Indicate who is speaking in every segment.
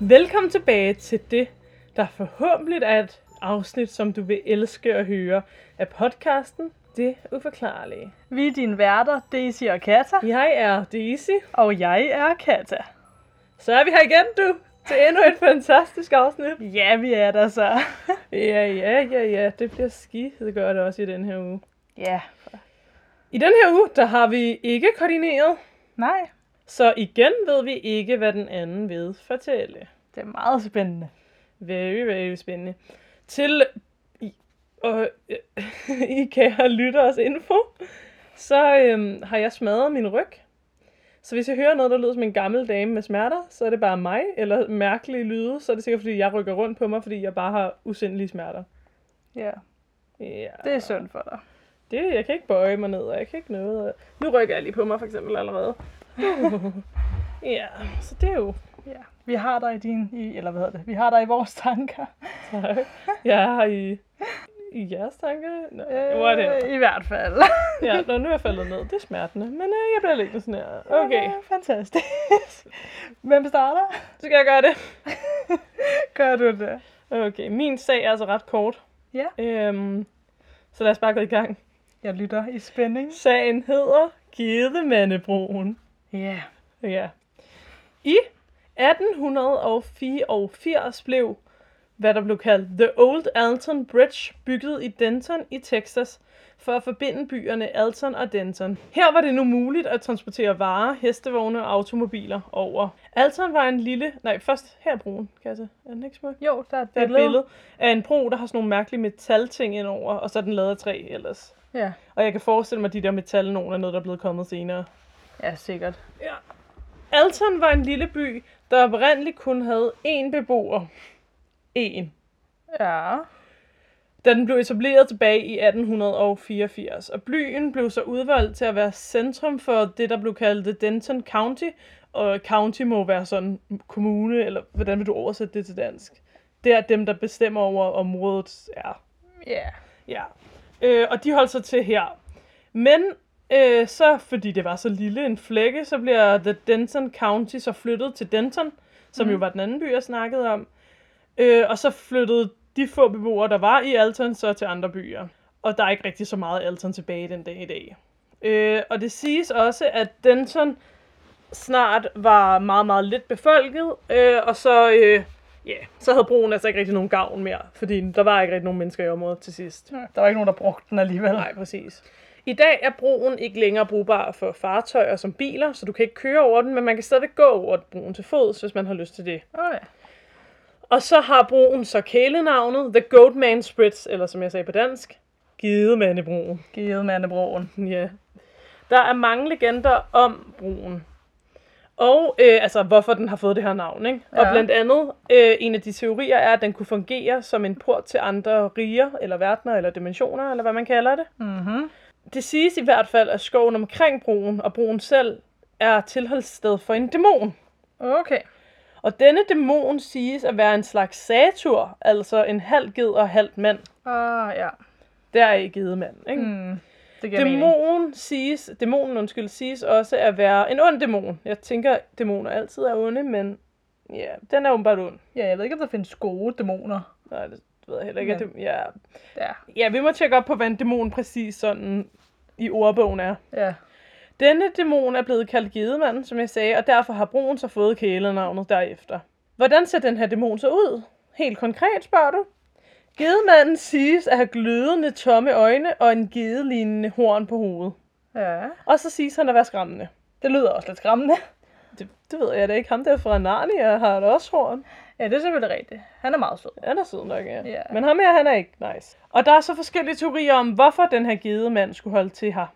Speaker 1: Velkommen tilbage til det, der forhåbentlig er et afsnit, som du vil elske at høre af podcasten Det Uforklarlige.
Speaker 2: Vi er dine værter, Daisy og Kata,
Speaker 1: Jeg er Daisy.
Speaker 2: og jeg er Kata.
Speaker 1: Så er vi her igen, du, til endnu et fantastisk afsnit.
Speaker 2: Ja, vi er der så.
Speaker 1: Ja, ja, ja, ja, det bliver skide godt også i den her uge.
Speaker 2: ja,
Speaker 1: I den her uge, der har vi ikke koordineret,
Speaker 2: nej,
Speaker 1: så igen ved vi ikke, hvad den anden vil fortælle.
Speaker 2: det er meget spændende.
Speaker 1: Very, very spændende. Til I, og, øh, I kære lytteres info, så øhm, har jeg smadret min ryg. Så hvis jeg hører noget, der lyder som en gammel dame med smerter, så er det bare mig, eller mærkelige lyde, så er det sikkert, fordi jeg rykker rundt på mig, fordi jeg bare har usindelige smerter.
Speaker 2: Ja,
Speaker 1: Ja,
Speaker 2: det er synd for dig.
Speaker 1: det, jeg kan ikke bøje mig ned, og jeg kan ikke noget. Og... Nu rykker jeg lige på mig, for eksempel, allerede. ja, så det er jo
Speaker 2: Ja. Vi har dig i din, i, eller hvad hedder det, vi har dig i vores tanker.
Speaker 1: Tak. Jeg er her i, i jeres tanker. Nå, whatever.
Speaker 2: Øh, I hvert fald.
Speaker 1: Ja, nå, nu er jeg faldet ned. Det er smertende, men øh, jeg bliver liggende sådan her. Okay,
Speaker 2: Øh, Fantastisk. Hvem starter?
Speaker 1: så skal jeg gøre det.
Speaker 2: Gør du det?
Speaker 1: Okay, min sag er altså ret kort.
Speaker 2: Ja.
Speaker 1: Øhm, så lad os bare gå i gang.
Speaker 2: Jeg lytter i spænding.
Speaker 1: Sagen hedder Gedemandebroen.
Speaker 2: Ja.
Speaker 1: Ja. I 1884 blev, hvad der blev kaldt The Old Alton Bridge, bygget i Denton i Texas for at forbinde byerne Alton og Denton. Her var det nu muligt at transportere varer, hestevogne og automobiler over. Alton var en lille... Nej, først her er broen, Kasse. Er den ikke smuk?
Speaker 2: Jo, der er et
Speaker 1: Der er et
Speaker 2: billede.
Speaker 1: billede af en bro, der har sådan nogle mærkelige metalting indover, og så er den lavet af træ ellers.
Speaker 2: Ja.
Speaker 1: Og jeg kan forestille mig, at de der metalnogen er noget, der er blevet kommet senere.
Speaker 2: ja, sikkert.
Speaker 1: Alton var en lille by, der oprindeligt kun havde én beboer. En.
Speaker 2: Ja.
Speaker 1: Da den blev etableret tilbage i 1884, og byen blev så udvalgt til at være centrum for det, der blev kaldt The Denton County, og county må være sådan kommune, eller hvordan vil du oversætte det til dansk? Det er dem, der bestemmer over området er.
Speaker 2: Ja.
Speaker 1: Ja, øh, og de holdt sig til her. Men øh, så, fordi det var så lille en flække, så bliver The Denton County så flyttet til Denton, som mm. jo var den anden by, jeg snakkede om. Øh, og så flyttede de få beboere, der var i Alton, så til andre byer. Og der er ikke rigtig så meget Alton tilbage den dag i dag. Øh, og det siges også, at Denton snart var meget, meget lidt befolket, øh, og så, øh, ja, så havde broen altså ikke rigtig nogen gavn mere, fordi der var ikke rigtig nogen mennesker i området til sidst.
Speaker 2: Der var ikke nogen, der brugte den alligevel.
Speaker 1: Nej, præcis. I dag er broen ikke længere brugbar for fartøjer som biler, så du kan ikke køre over den, men man kan stadigvæk gå over broen til fods, hvis man har lyst til det.
Speaker 2: Oh, ja.
Speaker 1: Og så har broen så kælenavnet The Goatman Spritz, eller som jeg sagde på dansk, Gedemandebroen.
Speaker 2: Givet mandebroen.
Speaker 1: Ja. Der er mange legender om broen. Og øh, altså, hvorfor den har fået det her navn, ikke? Ja. Og
Speaker 2: Ja.
Speaker 1: blandt andet, øh, en af de teorier er, at den kunne fungere som en port til andre riger, eller verdener, eller dimensioner, eller hvad man kalder det.
Speaker 2: Mhm.
Speaker 1: Det siges i hvert fald, at skoven omkring broen og broen selv er tilholdssted for en dæmon.
Speaker 2: Okay.
Speaker 1: Og denne dæmon siges at være en slags satur, altså en halv ged og halv mand.
Speaker 2: Ah, ja.
Speaker 1: Der er ikke gedemand, ikke? Mm.
Speaker 2: Mm. Det giver mening.
Speaker 1: Dæmonen siges, dæmonen undskyld, siges også at være en ond dæmon. Jeg tænker, dæmoner altid er onde, men ja, den er åbenbart ond.
Speaker 2: Ja, jeg ved ikke, om der findes gode dæmoner.
Speaker 1: Nej, det ved jeg heller ikke.
Speaker 2: Men-
Speaker 1: Men. Ja.
Speaker 2: Ja.
Speaker 1: ja, vi må tjekke op på, hvad en dæmon præcis sådan i ordbogen er.
Speaker 2: Ja.
Speaker 1: Denne dæmon er blevet kaldt Gedemanden, som jeg sagde, og derfor har broen så fået kælenavnet derefter. Hvordan ser den her dæmon så ud? Helt konkret, spørger du? Gedemanden siges at have glødende tomme øjne og en gedelignende horn på hovedet.
Speaker 2: Ja.
Speaker 1: Og så siges han at være skræmmende.
Speaker 2: Det lyder også lidt skræmmende.
Speaker 1: Det, det ved jeg da ikke. Ham der fra Narnia har da også horn.
Speaker 2: Ja, det er selvfølgelig rigtigt. Han er meget sød.
Speaker 1: Han er sød nok, ja.
Speaker 2: Ja.
Speaker 1: Men ham her, han er ikke nice. Og der er så forskellige teorier om, hvorfor den her gedemand skulle holde til her.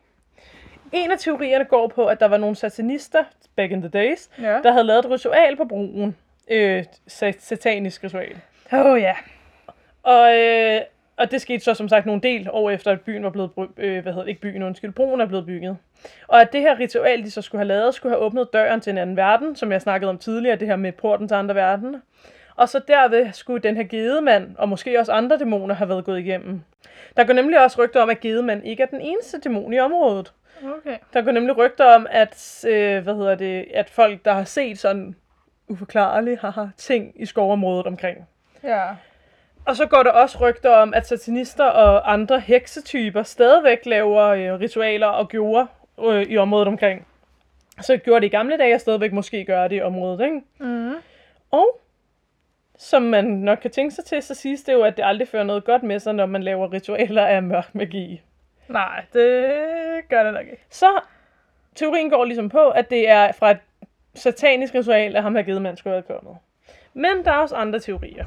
Speaker 1: En af teorierne går på, at der var nogle satanister back in the days,
Speaker 2: Ja.
Speaker 1: der havde lavet et ritual på broen. Øh, sa- satanisk ritual.
Speaker 2: Åh oh, ja.
Speaker 1: Og, øh, og det skete så som sagt nogle del år efter, at byen var blevet, bry- øh, hvad hedder det, ikke byen, undskyld, broen er blevet bygget. Og at det her ritual, de så skulle have lavet, skulle have åbnet døren til en anden verden, som jeg snakkede om tidligere, det her med porten til andre verden. Og så derved skulle den her gedemand, og måske også andre dæmoner, have været gået igennem. Der går nemlig også rygter om, at gedemand ikke er den eneste dæmon i området.
Speaker 2: Okay.
Speaker 1: Der går nemlig rygter om, at, øh, hvad hedder det, at folk, der har set sådan uforklarlige haha, ting i skovområdet omkring.
Speaker 2: Ja.
Speaker 1: Og så går der også rygter om, at satanister og andre heksetyper stadigvæk laver øh, ritualer og gjorde øh, i området omkring. Så gjorde det i gamle dage, og stadigvæk måske gør det i området, ikke?
Speaker 2: Mm.
Speaker 1: Og som man nok kan tænke sig til, så siges det jo, at det aldrig fører noget godt med sig, når man laver ritualer af mørk magi.
Speaker 2: Nej, det gør det nok ikke.
Speaker 1: Så teorien går ligesom på, at det er fra et satanisk ritual, at ham her gedemand skulle have kommet. Men der er også andre teorier.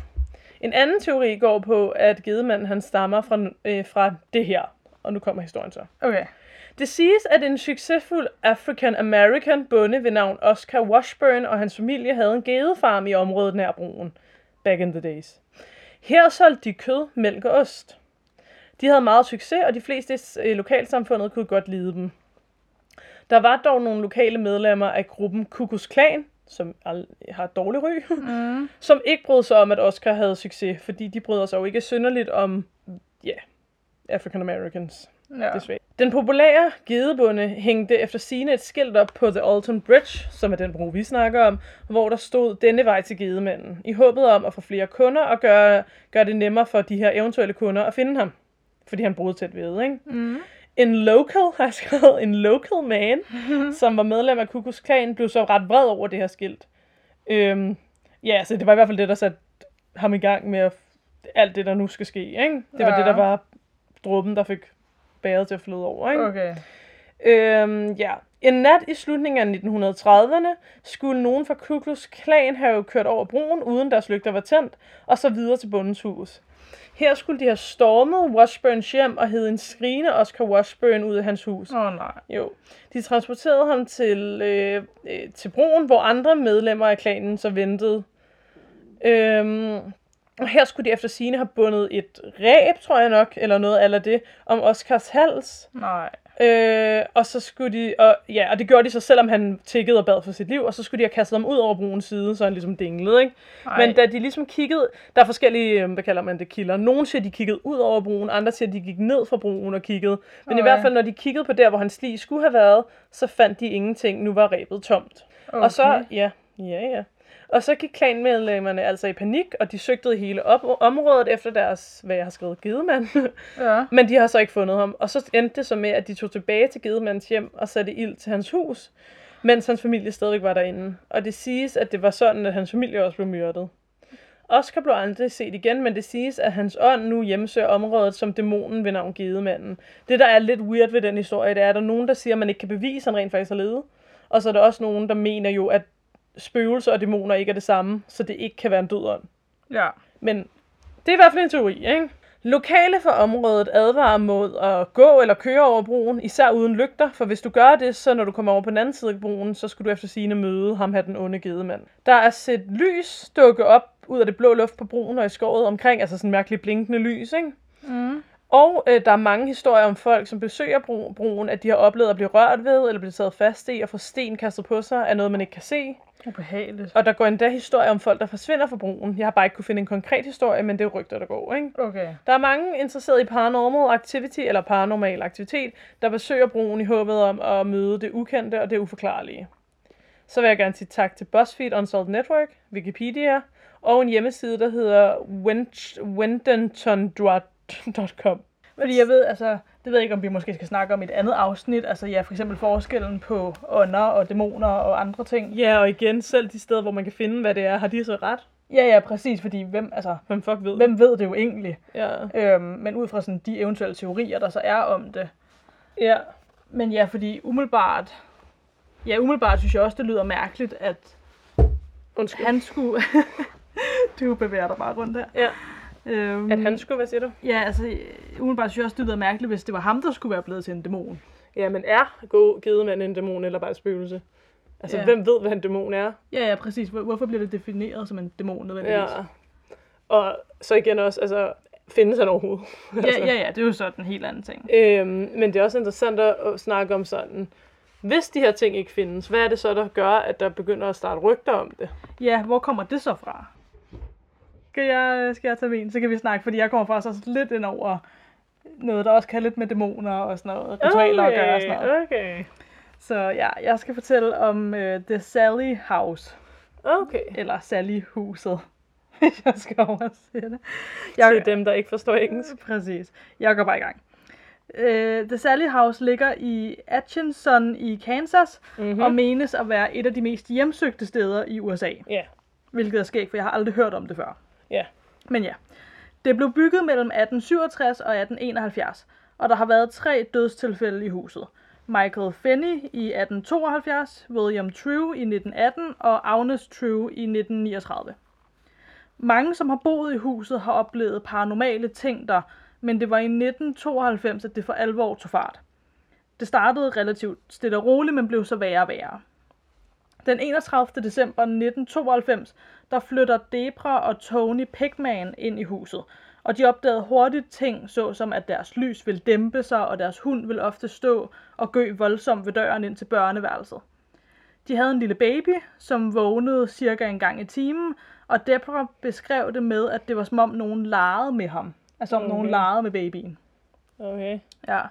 Speaker 1: En anden teori går på, at gedemanden han stammer fra, øh, fra det her. Og nu kommer historien så.
Speaker 2: Okay.
Speaker 1: Det siges, at en succesfuld African-American bonde ved navn Oscar Washburn og hans familie havde en gedefarm i området nær broen. Back in the days. Her solgte de kød, mælk og ost. De havde meget succes, og de fleste i øh, lokalsamfundet kunne godt lide dem. Der var dog nogle lokale medlemmer af gruppen Kukus Klan, som ald- har et dårligt ry,
Speaker 2: Mm.
Speaker 1: som ikke brød sig om, at Oscar havde succes, fordi de bryder sig jo ikke synderligt om, ja, African Americans
Speaker 2: Ja.
Speaker 1: desværre. Den populære gedebonde hængte efter sine et skilt op på The Alton Bridge, som er den bro, vi snakker om, hvor der stod denne vej til gedemanden, i håbet om at få flere kunder og gøre, gøre det nemmere for de her eventuelle kunder at finde ham. Fordi han boede tæt ved, ikke?
Speaker 2: Mm.
Speaker 1: En local, har jeg skrevet, en local man, som var medlem af Kukus Klan, blev så ret vred over det her skilt. Øhm, ja, så det var i hvert fald det, der satte ham i gang med at f- alt det, der nu skal ske, ikke? Det var
Speaker 2: Ja.
Speaker 1: det, der var dråben, der fik bæret til at flyde over, ikke?
Speaker 2: Okay.
Speaker 1: Øhm, ja. En nat i slutningen af 1930'erne skulle nogen fra Ku Klux Klan have kørt over broen, uden deres lygter var tændt, og så videre til bondens hus. Her skulle de have stormet Washburns hjem og hed en skrigende Oscar Washburn ud af hans hus.
Speaker 2: Åh oh, nej.
Speaker 1: Jo. De transporterede ham til, øh, øh, til broen, hvor andre medlemmer af klanen så ventede. Øhm, og her skulle de efter sine have bundet et ræb, tror jeg nok, eller noget af det, om Oscars hals.
Speaker 2: Nej.
Speaker 1: Øh, og så skulle de, og, ja, og det gjorde de så, selvom han tikkede og bad for sit liv, og så skulle de have kastet ham ud over broens side, så han ligesom dinglede, ikke?
Speaker 2: Nej.
Speaker 1: Men da de ligesom kiggede, der er forskellige, øh, hvad kalder man det, kilder. Nogle siger, de kiggede ud over broen, andre siger, de gik ned fra broen og kiggede. Men okay. i
Speaker 2: Okay.
Speaker 1: hvert fald, når de kiggede på der, hvor hans lig skulle have været, så fandt de ingenting. Nu var rebet tomt.
Speaker 2: okay.
Speaker 1: Okay. Og så, ja, ja, ja. Og så gik klanmedlemmerne altså i panik, og de søgte hele op- området efter deres, hvad jeg har skrevet, gedemand.
Speaker 2: Ja.
Speaker 1: Men de har så ikke fundet ham. Og så endte det så med, at de tog tilbage til Gedemandens hjem og satte ild til hans hus, mens hans familie stadigvæk var derinde. Og det siges, at det var sådan, at hans familie også blev myrdet. Oscar blev aldrig set igen, men det siges, at hans ånd nu hjemsøger området som dæmonen ved navn Gedemanden. Det, der er lidt weird ved den historie, det er, at der er nogen, der siger, at man ikke kan bevise, at han rent faktisk har levet. Og så er der også nogen, der mener jo, at spøgelser og dæmoner ikke er det samme, så det ikke kan være en død ånd.
Speaker 2: Ja.
Speaker 1: Men det er i hvert fald en teori, ikke? Lokale for området advarer mod at gå eller køre over broen, især uden lygter, for hvis du gør det, så når du kommer over på den anden side af broen, så skulle du efter sigende møde ham her den onde gedemand. Der er set lys dukke op ud af det blå luft på broen og i skovet omkring, altså sådan mærkeligt blinkende lys, ikke?
Speaker 2: Mm.
Speaker 1: Og øh, der er mange historier om folk, som besøger bro- broen, at de har oplevet at blive rørt ved, eller blive taget fast i, og få sten kastet på sig af noget, man ikke kan se.
Speaker 2: Ubehageligt.
Speaker 1: Og der går endda historier om folk, der forsvinder fra broen. Jeg har bare ikke kunne finde en konkret historie, men det er rygter, der går, ikke?
Speaker 2: Okay.
Speaker 1: Der er mange interesserede i paranormal activity, eller paranormal aktivitet, der besøger broen i håbet om at møde det ukendte og det uforklarlige. Så vil jeg gerne sige tak til BuzzFeed Unsolved Network, Wikipedia og en hjemmeside, der hedder wench- wendentondrat.com.
Speaker 2: Fordi jeg ved, altså, det ved jeg ikke, om vi måske skal snakke om i et andet afsnit. Altså ja, for eksempel forskellen på ånder og dæmoner og andre ting.
Speaker 1: Ja, og igen, selv de steder, hvor man kan finde, hvad det er, har de så ret?
Speaker 2: Ja, ja, præcis, fordi hvem, altså,
Speaker 1: Hvem fuck ved?
Speaker 2: hvem ved det jo egentlig?
Speaker 1: Ja.
Speaker 2: Øhm, men ud fra sådan de eventuelle teorier, der så er om det.
Speaker 1: ja.
Speaker 2: Men ja, fordi umiddelbart, ja, umiddelbart synes jeg også, det lyder mærkeligt, at
Speaker 1: Undskyld.
Speaker 2: han skulle... du bevæger dig bare rundt der.
Speaker 1: Ja.
Speaker 2: Øhm,
Speaker 1: At han skulle, hvad siger du?
Speaker 2: Ja, altså, øh, umiddelbart synes jeg også, det lyder mærkeligt, hvis det var ham, der skulle være blevet til en dæmon.
Speaker 1: Ja, men er god gedemand en dæmon eller bare et spøgelse? Altså,
Speaker 2: Ja.
Speaker 1: hvem ved, hvad en dæmon er?
Speaker 2: Ja, ja, præcis. Hvor- Hvorfor bliver det defineret som en dæmon nødvendigvis?
Speaker 1: Ja. Og så igen også, altså, findes han overhovedet?
Speaker 2: ja, ja, ja, det er jo sådan en helt anden ting.
Speaker 1: Øhm, men det er også interessant at at snakke om sådan, hvis de her ting ikke findes, hvad er det så, der gør, at der begynder at starte rygter om det?
Speaker 2: Ja, hvor kommer det så fra? Skal jeg, skal jeg tage min, så kan vi snakke, fordi jeg kommer faktisk også lidt ind over noget, der også kan have lidt med dæmoner og sådan noget, ritualer okay. at gøre og sådan noget.
Speaker 1: Okay.
Speaker 2: Så ja, jeg skal fortælle om uh, The Sally øh, House.
Speaker 1: Okay.
Speaker 2: Eller Sally-huset, hvis jeg skal oversætte det.
Speaker 1: Jeg Til dem, der ikke forstår engelsk.
Speaker 2: Præcis. Jeg går bare i gang. Uh, The Sally House ligger i Atchison i Kansas,
Speaker 1: Mhm.
Speaker 2: mm-hmm. og menes at være et af de mest hjemsøgte steder i USA.
Speaker 1: Ja.
Speaker 2: Hvilket er skægt, for jeg har aldrig hørt om det før.
Speaker 1: Ja.
Speaker 2: Men ja. Det blev bygget mellem 1867 og 1871, og der har været tre dødstilfælde i huset. Michael Finney i 1872, William True i 1918 og Agnes True i 1939. Mange, som har boet i huset, har oplevet paranormale ting der, men det var i 1992, at det for alvor tog fart. Det startede relativt stille og roligt, men blev så værre og værre. Den 31. december 1992, der flytter Debra og Tony Pigman ind i huset, og de opdagede hurtigt ting, såsom at deres lys vil dæmpe sig, og deres hund vil ofte stå og gø voldsomt ved døren ind til børneværelset. De havde en lille baby, som vågnede cirka en gang i timen, og Debra beskrev det med, at det var som om nogen legede med ham. Altså om okay. nogen
Speaker 1: Okay.
Speaker 2: legede med babyen.
Speaker 1: Okay.
Speaker 2: Ja.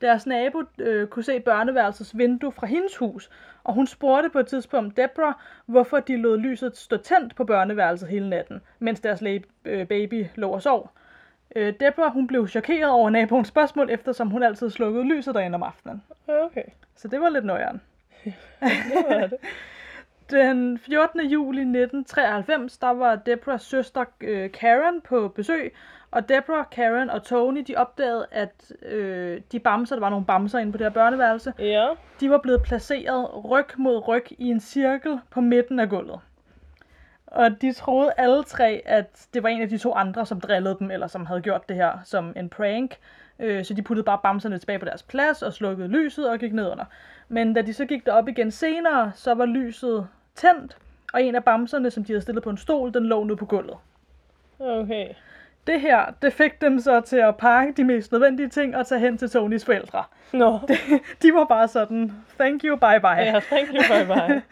Speaker 2: Deres nabo øh, kunne se børneværelsets vindue fra hendes hus, og hun spurgte på et tidspunkt Debra, hvorfor de lod lyset stå tændt på børneværelset hele natten, mens deres læ- øh, baby lå og sov. Øh, Debra hun blev chokeret over naboens spørgsmål, eftersom hun altid slukkede lyset derinde om aftenen.
Speaker 1: Okay.
Speaker 2: Så det var lidt nøjeren.
Speaker 1: Det var det.
Speaker 2: Den 14. juli 1993, der var Debras søster øh, Karen på besøg, og Debra, Karen og Tony, de opdagede, at øh, de bamser, der var nogle bamser inde på det her børneværelse,
Speaker 1: Ja.
Speaker 2: de var blevet placeret ryg mod ryg i en cirkel på midten af gulvet. Og de troede alle tre, at det var en af de to andre, som drillede dem, eller som havde gjort det her som en prank. Øh, Så de puttede bare bamserne tilbage på deres plads og slukkede lyset og gik ned under. Men da de så gik derop igen senere, så var lyset tændt, og en af bamserne, som de havde stillet på en stol, den lå nu på gulvet.
Speaker 1: Okay.
Speaker 2: Det her, det fik dem så til at pakke de mest nødvendige ting og tage hen til Tonys forældre.
Speaker 1: Nå.
Speaker 2: De var bare sådan, thank you, bye bye.
Speaker 1: Ja, thank you, bye bye.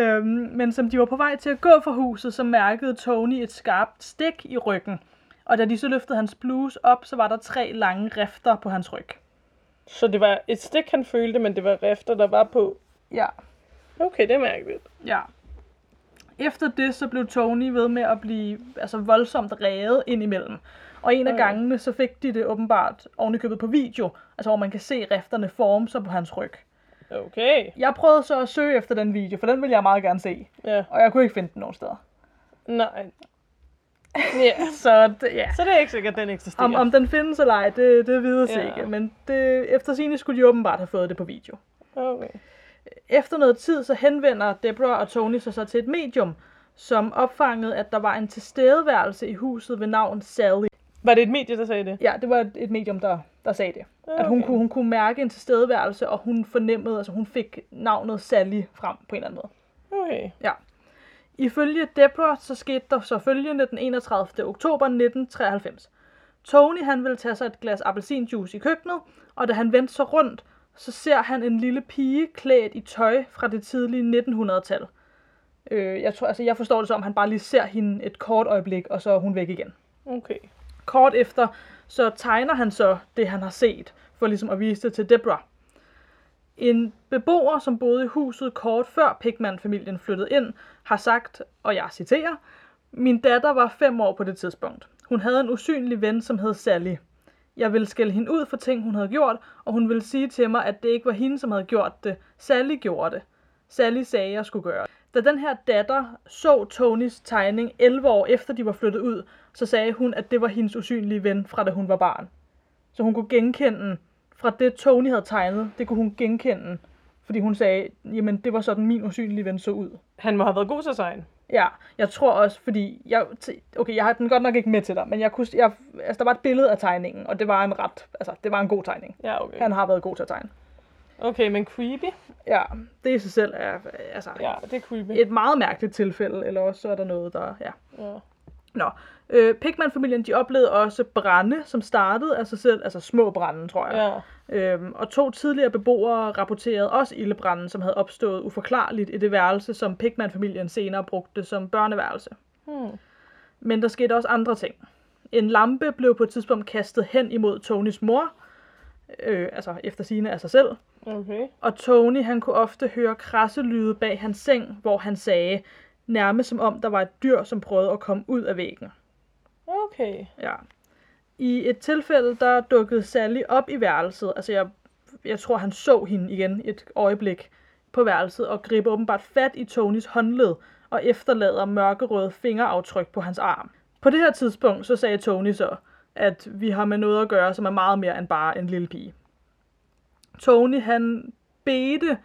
Speaker 2: Øhm, men som de var på vej til at gå fra huset, så mærkede Tony et skarpt stik i ryggen. Og da de så løftede hans bluse op, så var der tre lange rifter på hans ryg.
Speaker 1: Så det var et stik, han følte, men det var rifter, der var på.
Speaker 2: Ja.
Speaker 1: Okay, det er mærkeligt.
Speaker 2: ja. Efter det, så blev Tony ved med at blive altså, voldsomt revet indimellem. Og en af
Speaker 1: Ej.
Speaker 2: gangene, så fik de det åbenbart ovenikøbet på video, altså hvor man kan se rifterne forme sig på hans ryg.
Speaker 1: Okay.
Speaker 2: Jeg prøvede så at søge efter den video, for den ville jeg meget gerne se,
Speaker 1: Ja.
Speaker 2: og jeg kunne ikke finde den nogen steder.
Speaker 1: Nej. Ja.
Speaker 2: Så det, ja,
Speaker 1: Så det er ikke sikkert, at den eksisterer.
Speaker 2: Om, om den findes eller ej, det, det vides
Speaker 1: Ja.
Speaker 2: ja. ikke, men det, efter sine skulle de åbenbart have fået det på video.
Speaker 1: Okay.
Speaker 2: Efter noget tid, så henvender Deborah og Tony sig så til et medium, som opfangede, at der var en tilstedeværelse i huset ved navn Sally.
Speaker 1: Var det et medie, der sagde det?
Speaker 2: Ja, det var et, et medium, der, der sagde det. Okay. At hun
Speaker 1: Okay.
Speaker 2: kunne, hun kunne mærke en tilstedeværelse, og hun fornemmede, altså hun fik navnet Sally frem på en eller anden måde.
Speaker 1: Okay.
Speaker 2: Ifølge Deborah, så skete der så følgende den 31. oktober 1993. Tony han ville tage sig et glas appelsinjuice i køkkenet, og da han vendte sig rundt, så ser han en lille pige klædt i tøj fra det tidlige 1900-tal. Øh, jeg, tror, altså, jeg forstår det som, at han bare lige ser hende et kort øjeblik, og så er hun væk igen.
Speaker 1: Okay.
Speaker 2: Kort efter, så tegner han så det, han har set, for ligesom at vise det til Deborah. En beboer, som boede i huset kort før Pigman-familien flyttede ind, har sagt, og jeg citerer, Min datter var fem år på det tidspunkt. Hun havde en usynlig ven, som hed Sally. Jeg ville skælde hende ud for ting, hun havde gjort, og hun ville sige til mig, at det ikke var hende, som havde gjort det. Sally gjorde det. Sally sagde, jeg skulle gøre det. Da den her datter så Tonys tegning 11 år efter de var flyttet ud, så sagde hun, at det var hendes usynlige ven fra da hun var barn. Så hun kunne genkende, fra det Tony havde tegnet, det kunne hun genkende. Fordi hun sagde, jamen det var sådan min usynlige ven så ud.
Speaker 1: Han må have været god til sejn.
Speaker 2: Ja, jeg tror også, fordi jeg, t- okay, jeg har den godt nok ikke med til dig, men jeg kunne, s- jeg, altså, der var et billede af tegningen, og det var en ret, altså det var en god tegning.
Speaker 1: Ja, okay.
Speaker 2: Han har været god til at tegne.
Speaker 1: Okay, men creepy?
Speaker 2: Ja, det i sig selv er, altså,
Speaker 1: Ja, det er creepy.
Speaker 2: et meget mærkeligt tilfælde, eller også så er der noget, der, ja.
Speaker 1: Ja.
Speaker 2: Nå, øh, Pigman-familien, de oplevede også brænde, som startede af sig selv, altså små brænde, tror jeg.
Speaker 1: ja.
Speaker 2: Øhm, og to tidligere beboere rapporterede også ildebranden, som havde opstået uforklarligt i det værelse, som Pigman-familien senere brugte som børneværelse.
Speaker 1: Hmm.
Speaker 2: Men der skete også andre ting. En lampe blev på et tidspunkt kastet hen imod Tonys mor, øh, altså efter sine af sig selv.
Speaker 1: Okay.
Speaker 2: Og Tony, han kunne ofte høre krasse lyde bag hans seng, hvor han sagde, nærmest som om der var et dyr, som prøvede at komme ud af væggen.
Speaker 1: Okay.
Speaker 2: Ja. I et tilfælde, der dukkede Sally op i værelset. Altså, jeg, jeg tror, han så hende igen et øjeblik på værelset og griber åbenbart fat i Tonys håndled og efterlader mørkerøde fingeraftryk på hans arm. På det her tidspunkt, så sagde Tony så, at vi har med noget at gøre, som er meget mere end bare en lille pige. Tony, han bedte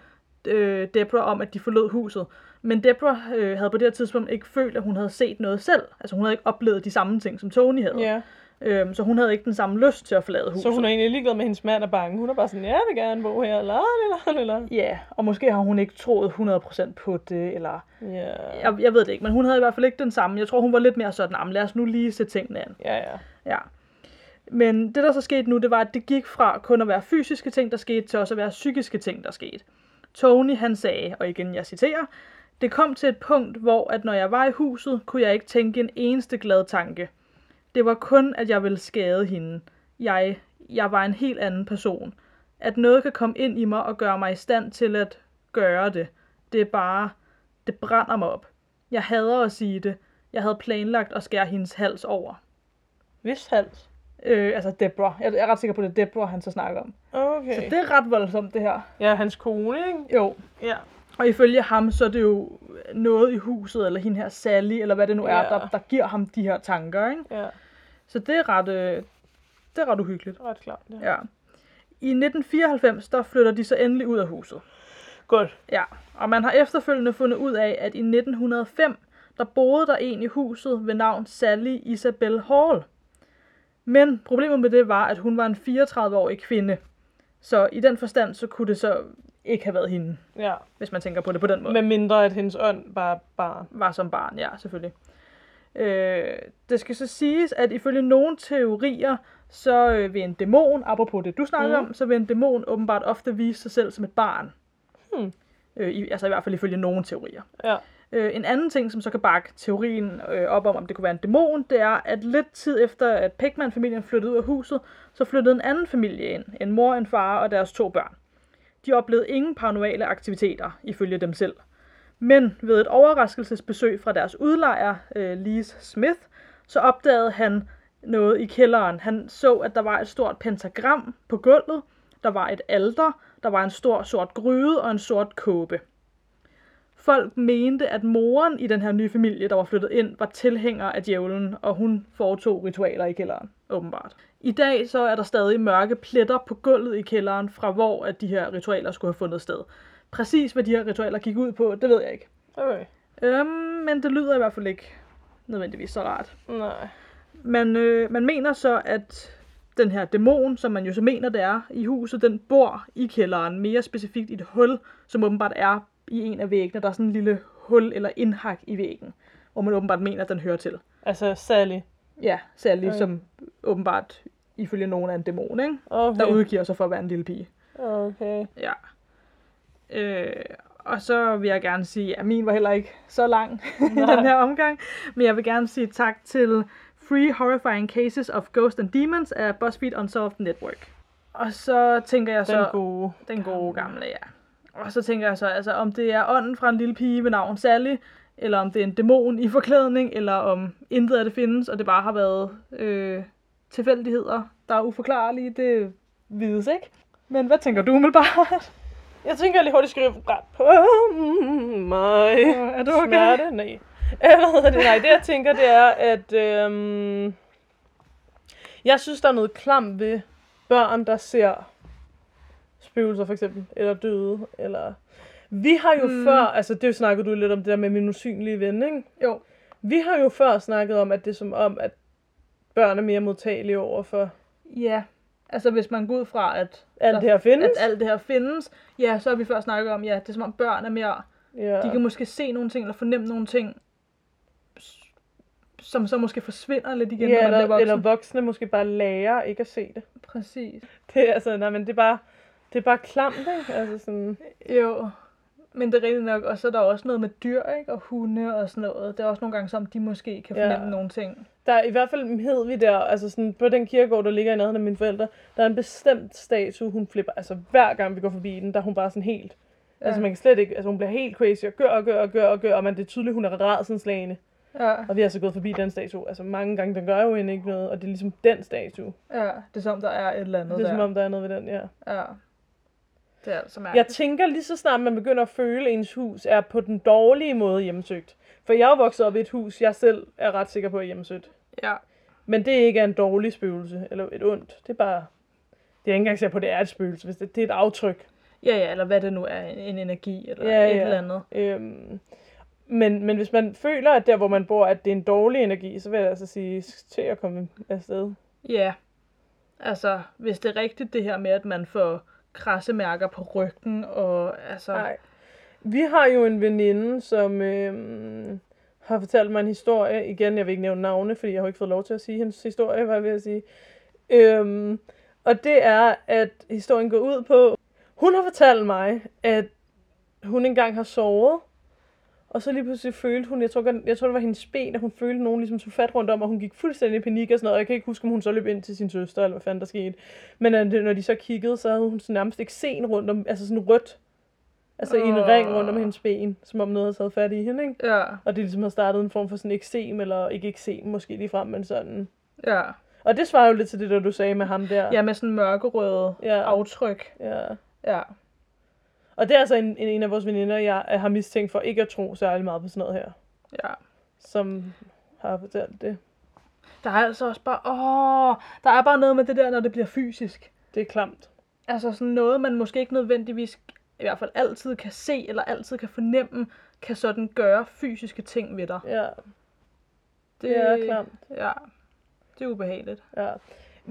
Speaker 2: øh, Debra om, at de forlod huset, men Debra øh, havde på det her tidspunkt ikke følt, at hun havde set noget selv. Altså hun havde ikke oplevet de samme ting, som Tony havde.
Speaker 1: Ja.
Speaker 2: Øhm, så hun havde ikke den samme lyst til at forlade huset.
Speaker 1: Så hun er egentlig ligeglad med, at hendes mand er bange. Hun er bare sådan, ja, jeg vil gerne bo her. La, la, la, la.
Speaker 2: Ja, og måske har hun ikke troet 100% på det, eller
Speaker 1: Ja.
Speaker 2: jeg, jeg ved det ikke, men hun havde i hvert fald ikke den samme. Jeg tror, hun var lidt mere sådan, "Jamen, lad os nu lige se tingene an.
Speaker 1: Ja, ja.
Speaker 2: Ja. Men det, der så skete nu, det var, at det gik fra kun at være fysiske ting, der skete, til også at være psykiske ting, der skete. Tony, han sagde, og igen jeg citerer, det kom til et punkt, hvor at når jeg var i huset, kunne jeg ikke tænke en eneste glad tanke. Det var kun, at jeg ville skade hende. Jeg, jeg var en helt anden person. At noget kan komme ind i mig og gøre mig i stand til at gøre det, det er bare, det brænder mig op. Jeg hader at sige det. Jeg havde planlagt at skære hendes hals over.
Speaker 1: Hvis hals.
Speaker 2: Øh, altså Debra. Jeg, jeg er ret sikker på, det er Debra, han så snakker om.
Speaker 1: Okay.
Speaker 2: Så det er ret voldsomt, det her.
Speaker 1: Ja, hans kone, ikke?
Speaker 2: Jo.
Speaker 1: Ja.
Speaker 2: Og ifølge ham, så er det jo noget i huset, eller hende her Sally, eller hvad det nu er,
Speaker 1: Ja.
Speaker 2: der, der giver ham de her tanker, ikke?
Speaker 1: Ja,
Speaker 2: Så det er ret, øh, det er ret uhyggeligt.
Speaker 1: ret klart. Ja.
Speaker 2: Ja. I 1994, der flytter de så endelig ud af huset.
Speaker 1: Godt.
Speaker 2: Ja, og man har efterfølgende fundet ud af, at i 1905, der boede der en i huset ved navn Sally Isabel Hall. Men problemet med det var, at hun var en 34-årig kvinde. Så i den forstand, så kunne det så ikke have været hende,
Speaker 1: Ja.
Speaker 2: hvis man tænker på det på den måde.
Speaker 1: Med mindre, at hendes ånd bare er barn.
Speaker 2: Var som barn, ja, selvfølgelig. Øh, det skal så siges, at ifølge nogle teorier, så øh, vil en dæmon, apropos det du snakkede
Speaker 1: Mm.
Speaker 2: mm. om, så vil en dæmon åbenbart ofte vise sig selv som et barn.
Speaker 1: Hmm.
Speaker 2: Øh, i, altså i hvert fald ifølge nogle teorier.
Speaker 1: Ja.
Speaker 2: Øh, en anden ting, som så kan bakke teorien øh, op om, om det kunne være en dæmon, det er, at lidt tid efter, at Pigman-familien flyttede ud af huset, så flyttede en anden familie ind. En mor, en far og deres to børn. De oplevede ingen paranormale aktiviteter, ifølge dem selv. Men ved et overraskelsesbesøg fra deres udlejer, øh, Lise Smith, så opdagede han noget i kælderen. Han så, at der var et stort pentagram på gulvet, der var et alter, der var en stor sort gryde og en sort kåbe. Folk mente, at moren i den her nye familie, der var flyttet ind, var tilhænger af djævlen, og hun foretog ritualer i kælderen, åbenbart. I dag så er der stadig mørke pletter på gulvet i kælderen, fra hvor at de her ritualer skulle have fundet sted. Præcis hvad de her ritualer gik ud på, det ved jeg ikke.
Speaker 1: Okay.
Speaker 2: Øhm, men det lyder i hvert fald ikke nødvendigvis så rart.
Speaker 1: Nej.
Speaker 2: Man, øh, man mener så, at den her dæmon, som man jo så mener det er i huset, den bor i kælderen, mere specifikt i et hul, som åbenbart er i en af væggene. Der er sådan en lille hul eller indhak i væggen, hvor man åbenbart mener, at den hører til.
Speaker 1: Altså, Sally.
Speaker 2: Ja,
Speaker 1: Okay.
Speaker 2: særligt okay. som åbenbart ifølge nogen er en dæmon, ikke?
Speaker 1: Okay.
Speaker 2: der udgiver sig for at være en lille pige.
Speaker 1: Okay.
Speaker 2: Ja. Øh, og så vil jeg gerne sige, at min var heller ikke så lang i
Speaker 1: Nej.
Speaker 2: den her omgang, men jeg vil gerne sige tak til Free Horrifying Cases of Ghosts and Demons af BuzzFeed Unsolved Network. Og så tænker jeg
Speaker 1: Den
Speaker 2: så...
Speaker 1: gode.
Speaker 2: Den gode gamle, ja. Og så tænker jeg så, altså, om det er ånden fra en lille pige ved navn Sally, eller om det er en dæmon i forklædning, eller om intet af det findes, og det bare har været øh, tilfældigheder, der er uforklarlige, det vides ikke. Men hvad tænker du umiddelbart?
Speaker 1: Jeg tænker lige hurtigt skrive ret på mig.
Speaker 2: er du okay?
Speaker 1: Smerte? Nej. Øh, Hvad hedder det? Nej, det jeg tænker, det er, at øhm, jeg synes, der er noget klam ved børn, der ser spøgelser for eksempel, eller døde, eller... Vi har jo mm.
Speaker 2: Mm.
Speaker 1: før, altså det snakkede du lidt om det der med min usynlige ven, ikke?
Speaker 2: Jo.
Speaker 1: Vi har jo før snakket om, at det er som om, at børn er mere modtagelige over for
Speaker 2: Ja, altså hvis man går ud fra, at,
Speaker 1: alt det her findes.
Speaker 2: at alt det her findes, ja, så har vi før snakket om, ja, det er som om børn er mere,
Speaker 1: ja.
Speaker 2: de kan måske se nogle ting, eller fornemme nogle ting, s- som så måske forsvinder lidt igen,
Speaker 1: ja,
Speaker 2: når man
Speaker 1: eller,
Speaker 2: bliver voksen.
Speaker 1: eller voksne måske bare lærer ikke at se det.
Speaker 2: Præcis.
Speaker 1: Det er altså, nej, men det er bare, det er bare klamt, ikke? Altså sådan,
Speaker 2: Jo, men det er rigtigt nok. Og så er der også noget med dyr, ikke? Og hunde og sådan noget. Det er også nogle gange som, de måske kan
Speaker 1: Ja.
Speaker 2: fornemme ja. nogle ting.
Speaker 1: der er i hvert fald hed vi der, altså sådan, på den kirkegård, der ligger i nærheden af mine forældre, der er en bestemt statue, hun flipper, altså hver gang vi går forbi den, der er hun bare sådan helt Altså man kan slet ikke, altså hun bliver helt crazy og gør og gør og gør og gør, og man, det er tydeligt, hun er rædselslagende.
Speaker 2: Ja,
Speaker 1: Og vi har så gået forbi den statue, altså mange gange, den gør jo egentlig ikke noget, og det er ligesom den statue.
Speaker 2: ja. Det er som, der er et eller andet
Speaker 1: Det er som
Speaker 2: der.
Speaker 1: om, der er noget ved den, ja.
Speaker 2: Ja. Det er altså
Speaker 1: Jeg
Speaker 2: mærkeligt.
Speaker 1: tænker lige så snart, man begynder at føle, at ens hus er på den dårlige måde hjemsøgt. For jeg er jo vokset op i et hus, jeg selv er ret sikker på er hjemsøgt.
Speaker 2: Ja.
Speaker 1: Men det ikke er en dårlig spøgelse, eller et ondt. Det er bare... Det er jeg ikke engang sikker på, at det er et spøgelse, hvis det, det er et aftryk.
Speaker 2: ja, ja, eller hvad det nu er, en, en energi eller
Speaker 1: Ja,
Speaker 2: et
Speaker 1: ja.
Speaker 2: eller andet.
Speaker 1: Øhm, men, men hvis man føler, at der, hvor man bor, at det er en dårlig energi, så vil jeg altså sige, til at komme afsted.
Speaker 2: Ja. Altså, hvis det er rigtigt det her med, at man får krasse mærker på ryggen, og altså...
Speaker 1: Nej. Vi har jo en veninde, som øhm, har fortalt mig en historie. Igen, jeg vil ikke nævne navne, fordi jeg har jo ikke fået lov til at sige hendes historie, var jeg ved at sige. Øhm, og det er, at historien går ud på... Hun har fortalt mig, at hun engang har sovet, og så lige pludselig følte hun, jeg tror, godt- jeg tror det var hendes ben, at hun følte, at nogen ligesom tog fat rundt om, og hun gik fuldstændig i panik og sådan noget, og jeg kan ikke huske, om hun så løb ind til sin søster, eller hvad fanden der skete. Men at, når de så kiggede, så havde hun sådan nærmest ikke sen rundt om, altså sådan rødt, altså i en
Speaker 2: Åh.
Speaker 1: ring rundt om hendes ben, som om noget havde taget fat i hende, ikke?
Speaker 2: Ja,
Speaker 1: Og det ligesom havde startet en form for sådan eksem, eller ikke eksem måske lige frem, men sådan.
Speaker 2: ja.
Speaker 1: Og det svarer jo lidt til det, der du sagde med ham der.
Speaker 2: Ja, med sådan mørkerøde
Speaker 1: Ja.
Speaker 2: aftryk.
Speaker 1: ja.
Speaker 2: Ja.
Speaker 1: Og det er altså en, en, en af vores veninder, jeg øh, har mistænkt for ikke at tro særlig meget på sådan noget her,
Speaker 2: Ja.
Speaker 1: som har fortalt det.
Speaker 2: Der er altså også bare, åh, der er bare noget med det der, når det bliver fysisk.
Speaker 1: Det er klamt.
Speaker 2: Altså sådan noget, man måske ikke nødvendigvis, i hvert fald altid kan se, eller altid kan fornemme, kan sådan gøre fysiske ting ved dig.
Speaker 1: Ja, det er klamt.
Speaker 2: Ja, det er ubehageligt.
Speaker 1: Ja.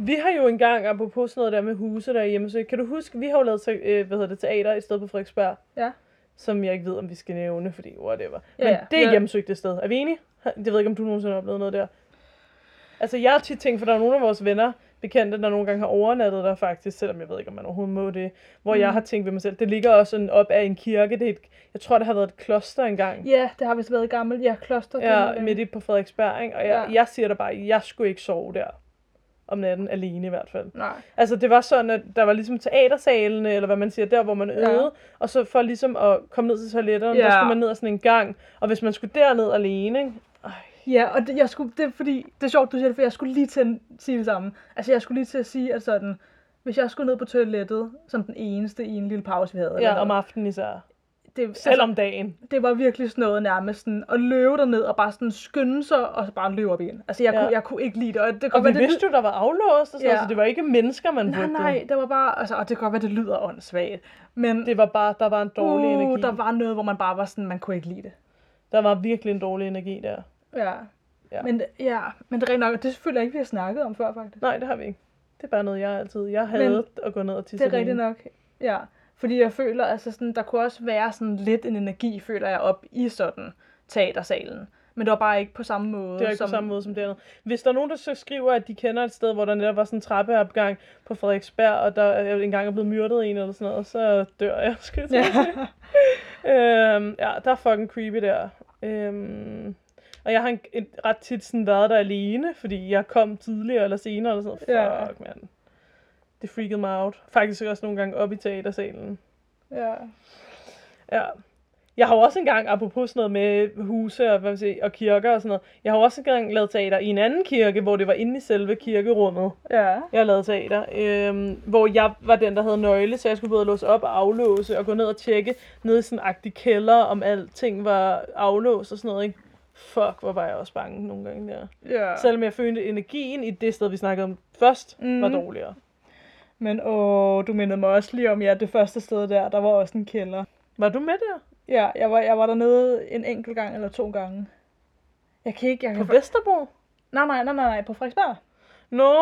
Speaker 1: Vi har jo engang, apropos sådan noget der med huse derhjemme, så kan du huske, vi har jo lavet te- øh, hvad hedder det, teater et sted på Frederiksberg,
Speaker 2: Ja.
Speaker 1: som jeg ikke ved, om vi skal nævne, fordi whatever.
Speaker 2: Ja,
Speaker 1: Ja, Men
Speaker 2: ja.
Speaker 1: det er
Speaker 2: Ja.
Speaker 1: ja. hjemsøgt et sted. Er vi enige? Ha- Det ved jeg ikke, om du nogensinde har oplevet noget der. Altså, jeg har tit tænkt, for der er nogle af vores venner, bekendte, der nogle gange har overnattet der faktisk, selvom jeg ved ikke, om man overhovedet må det, hvor
Speaker 2: Mm.
Speaker 1: mm. jeg har tænkt ved mig selv, det ligger også sådan op af en kirke, det er et, jeg tror, det har været et kloster engang.
Speaker 2: Ja, det har vist været gammelt. Ja, kloster.
Speaker 1: Ja, midt i på Frederiksberg, ikke? Og jeg,
Speaker 2: Ja.
Speaker 1: ja. jeg siger da bare, at jeg skulle ikke sove der. Om natten, alene i hvert fald.
Speaker 2: Nej.
Speaker 1: Altså, det var sådan, at der var ligesom teatersalene, eller hvad man siger, der hvor man
Speaker 2: Ja.
Speaker 1: øvede. Og så for ligesom at komme ned til toiletterne,
Speaker 2: Ja.
Speaker 1: der skulle man ned ad sådan en gang. Og hvis man skulle derned alene, ikke?
Speaker 2: Ja, og det, jeg skulle, det er fordi, det er sjovt, du siger det, for jeg skulle lige til at sige det samme. Altså, jeg skulle lige til at sige, at sådan, hvis jeg skulle ned på toilettet, som den eneste i en lille pause, vi havde. eller
Speaker 1: Ja,
Speaker 2: noget,
Speaker 1: om aftenen især.
Speaker 2: Altså, det,
Speaker 1: Selv om dagen.
Speaker 2: det var virkelig sådan noget nærmest sådan at løbe derned og bare sådan skynde sig og så bare løbe op igen. Altså jeg, ja.
Speaker 1: Ja.
Speaker 2: kunne, jeg kunne ikke lide det. Og det kan
Speaker 1: Og
Speaker 2: godt
Speaker 1: vi
Speaker 2: være, det
Speaker 1: vidste jo, der var aflåst og sådan
Speaker 2: Ja.
Speaker 1: ja. så det var ikke mennesker, man
Speaker 2: Nej,
Speaker 1: brugte.
Speaker 2: nej, det var bare, altså, og det kan godt være, det lyder åndssvagt, men det
Speaker 1: Det var bare, der var en dårlig
Speaker 2: uh,
Speaker 1: energi.
Speaker 2: der var noget, hvor man bare var sådan, man kunne ikke lide det.
Speaker 1: der var virkelig en dårlig energi der.
Speaker 2: Ja.
Speaker 1: Ja.
Speaker 2: Men, ja, men det er rent nok, og det føler jeg ikke, vi har snakket om før, faktisk.
Speaker 1: Nej, det har vi ikke. Det er bare noget, jeg altid... Jeg
Speaker 2: Men-
Speaker 1: havde at gå ned og tisse
Speaker 2: Det er rigtigt
Speaker 1: alene.
Speaker 2: nok, ja. Fordi jeg føler, altså sådan, der kunne også være sådan lidt en energi, føler jeg, op i sådan teatersalen. Men det var bare ikke på samme måde.
Speaker 1: Det er ikke på samme måde som det andet. Hvis der er nogen, der så skriver, at de kender et sted, hvor der netop var sådan en trappeopgang på Frederiksberg, og der øh, engang er blevet myrdet en eller sådan noget, så dør jeg, skal jeg
Speaker 2: Ja.
Speaker 1: ja. Øhm, ja, der er fucking creepy der. Øhm, og jeg har en, en, ret tit sådan været der alene, fordi jeg kom tidligere eller senere eller sådan noget.
Speaker 2: Ja.
Speaker 1: Fuck, mand. Det freakede mig out. Faktisk også nogle gange op i teatersalen.
Speaker 2: ja.
Speaker 1: Ja. Jeg har jo også engang, apropos sådan noget med huse og, hvad man siger, og kirker og sådan noget, jeg har jo også engang lavet teater i en anden kirke, hvor det var inde i selve kirkerummet,
Speaker 2: Ja.
Speaker 1: jeg lavede teater, øhm, hvor jeg var den, der havde nøgle, så jeg skulle både låse op og aflåse og gå ned og tjekke ned i sådan en agtig kælder, om alting var aflåst og sådan noget, ikke? Fuck, hvor var jeg også bange nogle gange der.
Speaker 2: Ja.
Speaker 1: Selvom jeg følte, at energien i det sted, vi snakkede om først, mm. var
Speaker 2: Mhm.
Speaker 1: dårligere.
Speaker 2: Men åh, du mindede mig også lige om, ja, det første sted der, der var også en kælder.
Speaker 1: Var du med der?
Speaker 2: Ja, jeg var, jeg var dernede en enkelt gang eller to gange. Jeg kan ikke, jeg kan...
Speaker 1: På Vesterbro?
Speaker 2: Nej, nej, nej, nej, nej, på Frederiksberg.
Speaker 1: Nå,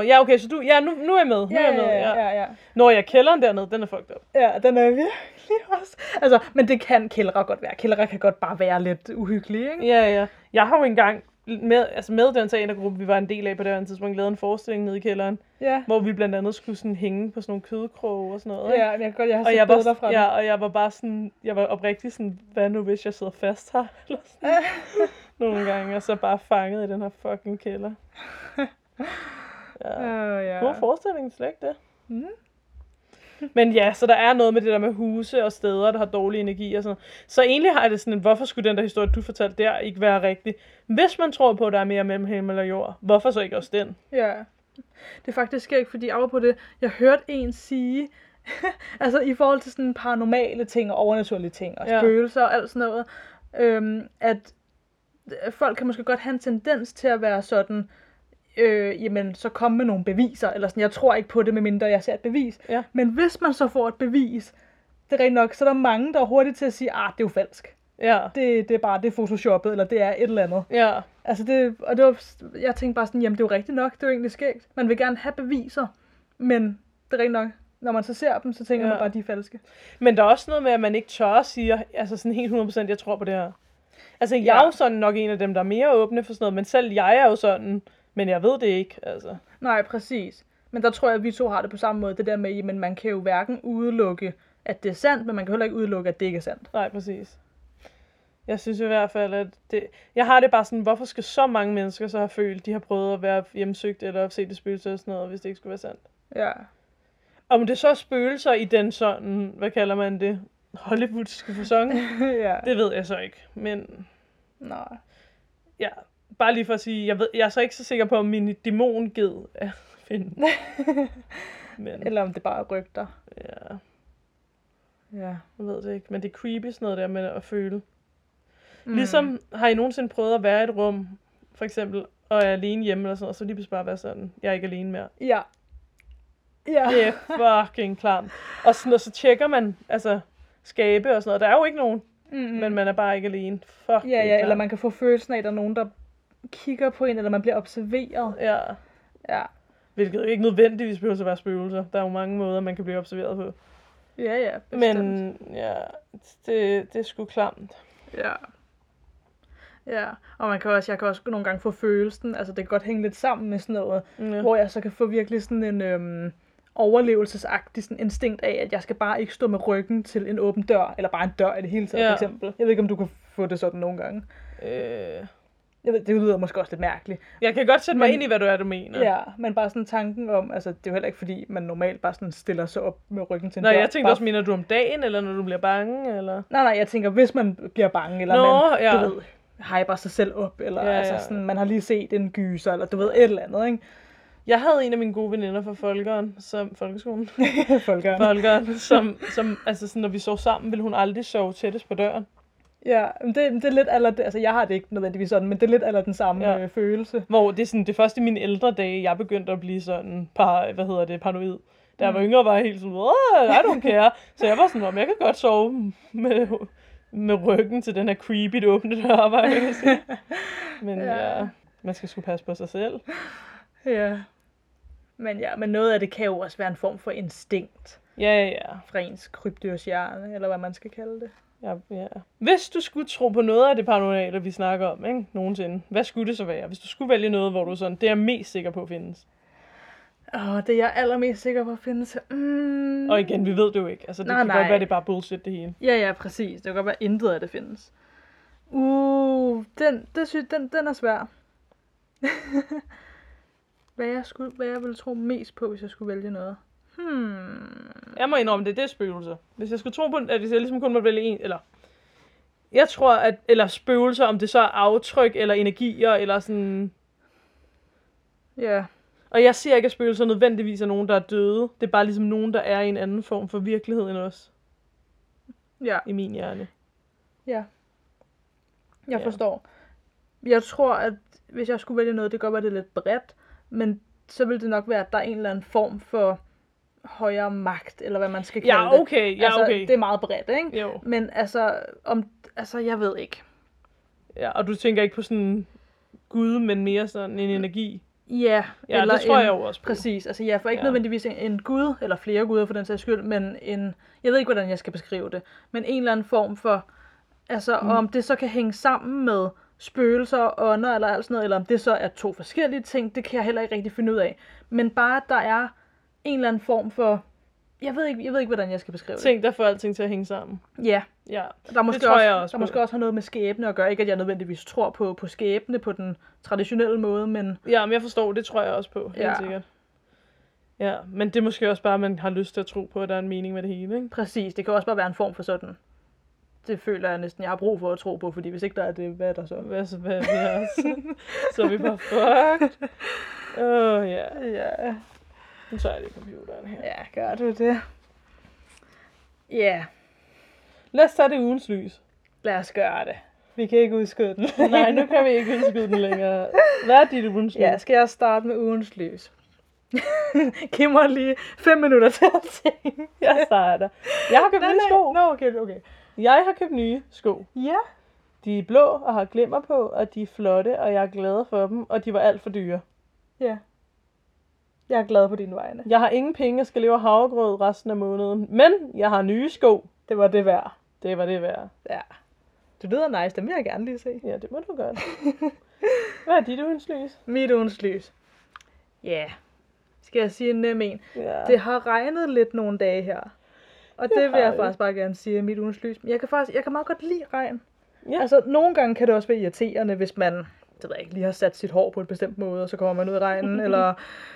Speaker 1: ja okay, så du, ja nu, nu er jeg med, nu er jeg med, ja.
Speaker 2: ja, ja.
Speaker 1: Nå ja, kælderen dernede, den er fucked up.
Speaker 2: Ja, den er virkelig også. Altså, men det kan kældre godt være. Kældre kan godt bare være lidt uhyggelige, ikke?
Speaker 1: Ja, ja. Jeg har jo engang med, altså med den teatergruppe, vi var en del af på det her tidspunkt, lavet en forestilling nede i kælderen,
Speaker 2: Ja.
Speaker 1: hvor vi blandt andet skulle sådan hænge på sådan nogle kødkroge og sådan noget. ikke?
Speaker 2: Ja, men jeg kan godt, jeg har
Speaker 1: Og
Speaker 2: set
Speaker 1: jeg,
Speaker 2: billeder fra
Speaker 1: var, ja, og jeg var bare sådan, jeg var oprigtig sådan, hvad nu hvis jeg sidder fast her? Eller sådan.
Speaker 2: den.
Speaker 1: Nogle gange, og så bare fanget i den her fucking kælder. Ja.
Speaker 2: Øh, ja.
Speaker 1: God forestilling, slet ikke det.
Speaker 2: Mm.
Speaker 1: Men ja, så der er noget med det der med huse og steder, der har dårlig energi og sådan noget. Så egentlig har jeg det sådan, hvorfor skulle den der historie, du fortalte der, ikke være rigtig? Hvis man tror på, at der er mere mellem himmel og jord, hvorfor så ikke også den?
Speaker 2: Ja. Det er faktisk skægt, fordi af på det, jeg hørte en sige, altså i forhold til sådan paranormale ting og overnaturlige ting og
Speaker 1: Ja.
Speaker 2: spøgelser og alt sådan noget, øhm, at øh, folk kan måske godt have en tendens til at være sådan, øh, jamen så kom med nogle beviser, eller sådan, jeg tror ikke på det, medmindre jeg ser et bevis.
Speaker 1: Ja.
Speaker 2: Men hvis man så får et bevis, det er rent nok, så er der mange, der er hurtigt til at sige, ah, det er jo falsk.
Speaker 1: Ja,
Speaker 2: Det, det er bare, det er photoshoppet, eller det er et eller andet.
Speaker 1: ja,
Speaker 2: Altså det, og det var, jeg tænkte bare sådan, jamen det er jo rigtigt nok, det er jo egentlig skægt. Man vil gerne have beviser, men det er rigtigt nok. Når man så ser dem, så tænker
Speaker 1: Ja.
Speaker 2: ja. man bare, at de er falske.
Speaker 1: Men der er også noget med, at man ikke tør at sige, altså sådan helt 100%, jeg tror på det her. Altså, jeg er jo sådan nok en af dem, der er mere åbne for sådan noget, men selv jeg er jo sådan, men jeg ved det ikke, altså.
Speaker 2: Nej, præcis. Men der tror jeg, at vi to har det på samme måde. Det der med, men man kan jo hverken udelukke, at det er sandt, men man kan heller ikke udelukke, at det ikke er sandt.
Speaker 1: Nej, præcis. Jeg synes i hvert fald, at det... Jeg har det bare sådan, hvorfor skal så mange mennesker så have følt, de har prøvet at være hjemsøgt eller se det spøgelse og sådan noget, hvis det ikke skulle være sandt?
Speaker 2: Ja.
Speaker 1: Om det så er spøgelser i den sådan, hvad kalder man det, hollywoodske fasong,
Speaker 2: ja.
Speaker 1: det ved jeg så ikke. Men
Speaker 2: Nej.
Speaker 1: ja, bare lige for at sige, jeg, ved, jeg er så ikke så sikker på, om min dæmonged er at finde. Men
Speaker 2: Eller om det bare er rygter.
Speaker 1: ja,
Speaker 2: Ja.
Speaker 1: jeg ved det ikke. Men det er creepy sådan noget der med at føle.
Speaker 2: Mm.
Speaker 1: Mm. Ligesom har I nogensinde prøvet at være i et rum, for eksempel, og er alene hjemme eller sådan noget, så lige pludselig bare være sådan, jeg er ikke alene mere.
Speaker 2: Ja. Ja.
Speaker 1: Det er fucking klamt. Og, sådan, og så tjekker man, altså, skabe og sådan noget. Der er jo ikke nogen,
Speaker 2: Mm-mm.
Speaker 1: mm. men man er bare ikke alene. Fuck, det
Speaker 2: Ja,
Speaker 1: er
Speaker 2: ja,
Speaker 1: klamt.
Speaker 2: eller man kan få følelsen af, at der er nogen, der kigger på en, eller man bliver observeret.
Speaker 1: Ja,
Speaker 2: Ja.
Speaker 1: hvilket jo ikke nødvendigvis behøver at være spøgelser. Der er jo mange måder, man kan blive observeret på.
Speaker 2: Ja, ja, bestemt.
Speaker 1: Men ja, det, det er sgu klamt.
Speaker 2: Ja. Ja, og man kan også, jeg kan også nogle gange få følelsen, altså det kan godt hænge lidt sammen med sådan noget, ja.
Speaker 1: Ja.
Speaker 2: hvor jeg så kan få virkelig sådan en øhm, overlevelsesagtig sådan instinkt af, at jeg skal bare ikke stå med ryggen til en åben dør, eller bare en dør i det hele taget,
Speaker 1: Ja.
Speaker 2: ja. for eksempel. Jeg ved ikke, om du kan få det sådan nogle gange.
Speaker 1: Øh,
Speaker 2: Jeg ved, det lyder måske også lidt mærkeligt.
Speaker 1: jeg kan godt sætte mig
Speaker 2: Men-
Speaker 1: ind i, hvad du er, du mener.
Speaker 2: Ja. ja, men bare sådan tanken om, altså det er jo heller ikke fordi, man normalt bare sådan stiller sig op med ryggen til en
Speaker 1: Nå,
Speaker 2: dør.
Speaker 1: jeg tænkte
Speaker 2: bare
Speaker 1: også, mener du om dagen, eller når du bliver bange, eller...
Speaker 2: Nej, nej, jeg tænker, hvis man bliver bange, eller
Speaker 1: Nå,
Speaker 2: man,
Speaker 1: ja.
Speaker 2: du ved, hyper sig selv op, eller
Speaker 1: Ja,
Speaker 2: ja, altså
Speaker 1: ja.
Speaker 2: sådan, man har lige set en gyser, eller du ved, et eller andet, ikke?
Speaker 1: Jeg havde en af mine gode veninder fra folkeren, som, folkeskolen,
Speaker 2: Folkeren.
Speaker 1: folkeren, som, som, altså sådan, når vi sov sammen, ville hun aldrig sove tættest på døren.
Speaker 2: Ja, men det, det er lidt aller, altså jeg har det ikke nødvendigvis sådan, men det er lidt aller den samme
Speaker 1: Ja.
Speaker 2: ja. øh, følelse.
Speaker 1: Hvor det er sådan, det første i mine ældre dage, jeg begyndte at blive sådan, par, hvad hedder det, paranoid. Da jeg var yngre, var jeg helt sådan, åh, I don't care. Så jeg var sådan, om jeg kan godt sove med, med ryggen til den her creepy, åbne dør, var jeg kan sige. Men ja.
Speaker 2: Ja.
Speaker 1: ja. man skal sgu passe på sig selv.
Speaker 2: Ja. Men ja, men noget af det kan jo også være en form for instinkt
Speaker 1: Ja, ja, ja.
Speaker 2: fra ens krybdyrshjerne, eller hvad man skal kalde det.
Speaker 1: Ja, ja. Hvis du skulle tro på noget af det paranormale, vi snakker om, ikke? nogensinde, hvad skulle det så være? Hvis du skulle vælge noget, hvor du er sådan, det er jeg mest sikker på findes.
Speaker 2: Åh, det er jeg allermest sikker på at finde til. Mm.
Speaker 1: Og igen, vi ved det jo ikke. Altså, det
Speaker 2: Nej,
Speaker 1: kan
Speaker 2: nej.
Speaker 1: godt være, det er bare bullshit det hele.
Speaker 2: Ja, ja, præcis. Det kan godt være, at intet af det findes. Uh, den, det sy- den, den er svær. hvad, jeg skulle, hvad jeg ville tro mest på, hvis jeg skulle vælge noget. Hmm.
Speaker 1: Jeg må indrømme, det er det er spøgelser. Hvis jeg skulle tro på, at hvis jeg ligesom kun måtte vælge en, eller... Jeg tror, at, eller spøgelser, om det så er aftryk, eller energier, eller sådan...
Speaker 2: Ja,
Speaker 1: Og jeg siger ikke, at spøgelser nødvendigvis er nogen, der er døde. Det er bare ligesom nogen, der er i en anden form for virkelighed end os,
Speaker 2: ja,
Speaker 1: i min hjerne.
Speaker 2: ja. Jeg
Speaker 1: Ja.
Speaker 2: forstår. Jeg tror, at hvis jeg skulle vælge noget, det kan godt være, det er lidt bredt, men så ville det nok være, at der er en eller anden form for højere magt, eller hvad man skal kalde
Speaker 1: Ja, okay,
Speaker 2: det.
Speaker 1: ja,
Speaker 2: altså,
Speaker 1: okay.
Speaker 2: det er meget bredt, ikke?
Speaker 1: Jo.
Speaker 2: Men altså, om, altså, jeg ved ikke.
Speaker 1: Ja, og du tænker ikke på sådan Gud, men mere sådan en energi.
Speaker 2: Ja,
Speaker 1: Ja, eller det tror
Speaker 2: en,
Speaker 1: jeg jo også på.
Speaker 2: Præcis, altså jeg får ikke
Speaker 1: Ja.
Speaker 2: ja. nødvendigvis en, en gud, eller flere guder for den sags skyld, men en, jeg ved ikke, hvordan jeg skal beskrive det, men en eller anden form for, altså mm. om det så kan hænge sammen med spøgelser og ånder eller alt sådan noget, eller om det så er to forskellige ting, det kan jeg heller ikke rigtig finde ud af. Men bare, at der er en eller anden form for, jeg ved ikke, jeg ved ikke hvordan jeg skal beskrive
Speaker 1: Ting, der får alting til at hænge sammen.
Speaker 2: det. Ja,
Speaker 1: Ja,
Speaker 2: der er måske,
Speaker 1: tror
Speaker 2: også,
Speaker 1: jeg også
Speaker 2: der
Speaker 1: på.
Speaker 2: måske også har noget med skæbne at gøre, ikke at jeg nødvendigvis tror på, på skæbne på den traditionelle måde, men
Speaker 1: ja men jeg forstår, det tror jeg også på, helt ja.
Speaker 2: Ja.
Speaker 1: sikkert. Ja, men det er måske også bare, at man har lyst til at tro på, at der er en mening med det hele, ikke?
Speaker 2: Præcis, det kan også bare være en form for sådan. Det føler jeg næsten, jeg har brug for at tro på, fordi hvis ikke der er det, hvad er der så?
Speaker 1: Hvad så, hvad vi er, så, så er vi bare fucked. Åh, oh, ja.
Speaker 2: Ja,
Speaker 1: Nu tager jeg lige computeren her.
Speaker 2: ja gør du det? Ja, yeah,
Speaker 1: Lad os tage det ugens lys.
Speaker 2: lad os gøre det. Vi kan ikke udskyde den.
Speaker 1: Nej, nu kan vi ikke udskyde den længere. Hvad er dit ugens lys?
Speaker 2: Ja, skal jeg starte med ugens lys? Giv mig lige fem minutter til at tænke.
Speaker 1: Jeg starter. Jeg har købt
Speaker 2: Nej,
Speaker 1: nye
Speaker 2: nej.
Speaker 1: sko.
Speaker 2: Nå, okay, okay.
Speaker 1: Jeg har købt nye sko.
Speaker 2: Ja.
Speaker 1: De er blå og har glimmer på, og de er flotte, og jeg er glad for dem, og de var alt for dyre.
Speaker 2: Ja. Jeg er glad på dine vegne.
Speaker 1: Jeg har ingen penge og skal leve af havregrød resten af måneden, men jeg har nye sko.
Speaker 2: Det var det værd.
Speaker 1: Det var det værd.
Speaker 2: Ja. Du lyder nice, dem vil jeg gerne lige se.
Speaker 1: Ja, det må du godt. Hvad er dit ugens lys?
Speaker 2: Mit ugens lys. Ja. Yeah. Skal jeg sige en nem en?
Speaker 1: Ja.
Speaker 2: Det har regnet lidt nogle dage her. Og
Speaker 1: Det
Speaker 2: det vil
Speaker 1: har
Speaker 2: jeg
Speaker 1: det.
Speaker 2: faktisk bare gerne sige er mit ugens lys. Men jeg kan faktisk, jeg kan meget godt lide regn.
Speaker 1: Ja.
Speaker 2: Altså, nogle gange kan det også være irriterende, hvis man, det ved jeg ikke, lige har sat sit hår på et bestemt måde, og så kommer man ud af regnen, eller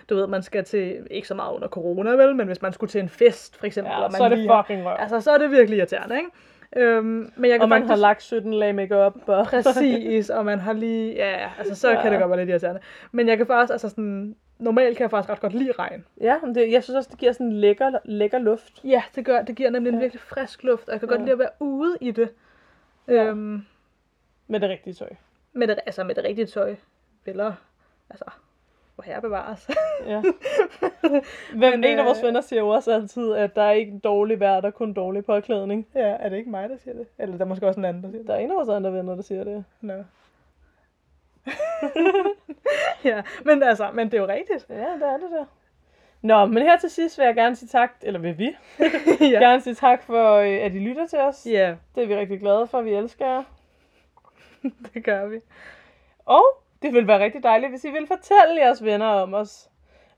Speaker 2: du ved, man skal til, ikke så meget under corona, vel, men hvis man skulle til en fest, for eksempel.
Speaker 1: ja
Speaker 2: og man
Speaker 1: så er det
Speaker 2: lige-
Speaker 1: fucking røv.
Speaker 2: Altså, så er det virkelig irriterende, ikke? Øhm, men jeg kan
Speaker 1: og man
Speaker 2: faktisk...
Speaker 1: har lagt 17 lag makeup og...
Speaker 2: Præcis, og man har lige, ja, altså så
Speaker 1: Ja.
Speaker 2: ja. kan det godt være lidt irriterende. Men jeg kan faktisk, altså sådan, normalt kan jeg faktisk ret godt lide regn.
Speaker 1: Ja, men det, jeg synes også, det giver sådan en lækker, lækker luft.
Speaker 2: Ja, det, gør, det giver nemlig en
Speaker 1: Ja.
Speaker 2: virkelig frisk luft, og jeg kan
Speaker 1: Ja.
Speaker 2: godt lide at være ude i det.
Speaker 1: Ja.
Speaker 2: Øhm,
Speaker 1: Med det rigtige tøj.
Speaker 2: med det, altså med det rigtige tøj. Eller, altså, hvor herre bevares.
Speaker 1: Ja. Hvem,
Speaker 2: Men,
Speaker 1: en af
Speaker 2: øh,
Speaker 1: vores venner siger jo også altid, at der er ikke dårlig vejr, der er kun dårlig påklædning.
Speaker 2: ja, er det ikke mig, der siger det? Eller der er måske også en anden, der siger
Speaker 1: Der er en af vores andre venner, der siger det.
Speaker 2: No. ja, men altså, men det er jo rigtigt.
Speaker 1: Ja, der er det der. Nå, men her til sidst vil jeg gerne sige tak, eller vil vi ja.
Speaker 2: ja.
Speaker 1: gerne sige tak for, øh, at I lytter til os.
Speaker 2: ja,
Speaker 1: Det er vi rigtig glade for, vi elsker jer.
Speaker 2: det gør vi.
Speaker 1: Og det ville være rigtig dejligt, hvis I ville fortælle jeres venner om os.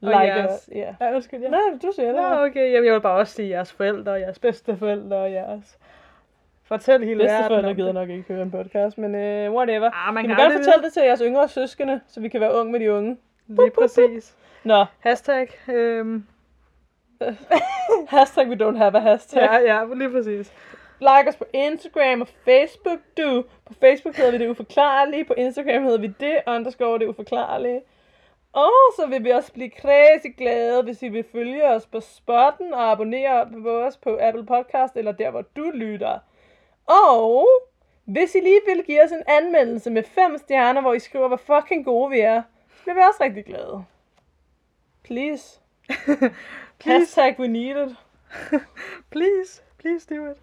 Speaker 2: Og jeres-
Speaker 1: os. Ja.
Speaker 2: Ja, undskyld, ja.
Speaker 1: Nej, du siger det.
Speaker 2: Nå, okay. Jamen, jeg vil bare også sige jeres forældre, jeres bedsteforældre og jeres... Fortæl hele verden
Speaker 1: Bedsteforældre
Speaker 2: om
Speaker 1: gider
Speaker 2: det.
Speaker 1: nok ikke høre en podcast, men uh, whatever.
Speaker 2: Ah, man
Speaker 1: I
Speaker 2: kan
Speaker 1: må gerne
Speaker 2: aldrig
Speaker 1: fortælle det til jeres yngre søskende, så vi kan være unge med de unge.
Speaker 2: vide. Lige præcis.
Speaker 1: Nå,
Speaker 2: Hashtag. Øhm,
Speaker 1: hashtag we don't have a hashtag.
Speaker 2: ja, ja, lige præcis.
Speaker 1: Like os på Instagram og Facebook, du. På Facebook hedder vi det uforklarlige, på Instagram hedder vi det underscore det uforklarlige. Og så vil vi også blive crazy glade, hvis I vil følge os på spotten og abonnere på os på Apple Podcast eller der, hvor du lytter. Og hvis I lige vil give os en anmeldelse med fem stjerner, hvor I skriver, hvor fucking gode vi er, så bliver vi også rigtig glade. Please. Please. Hashtag we need it.
Speaker 2: Please, please do it,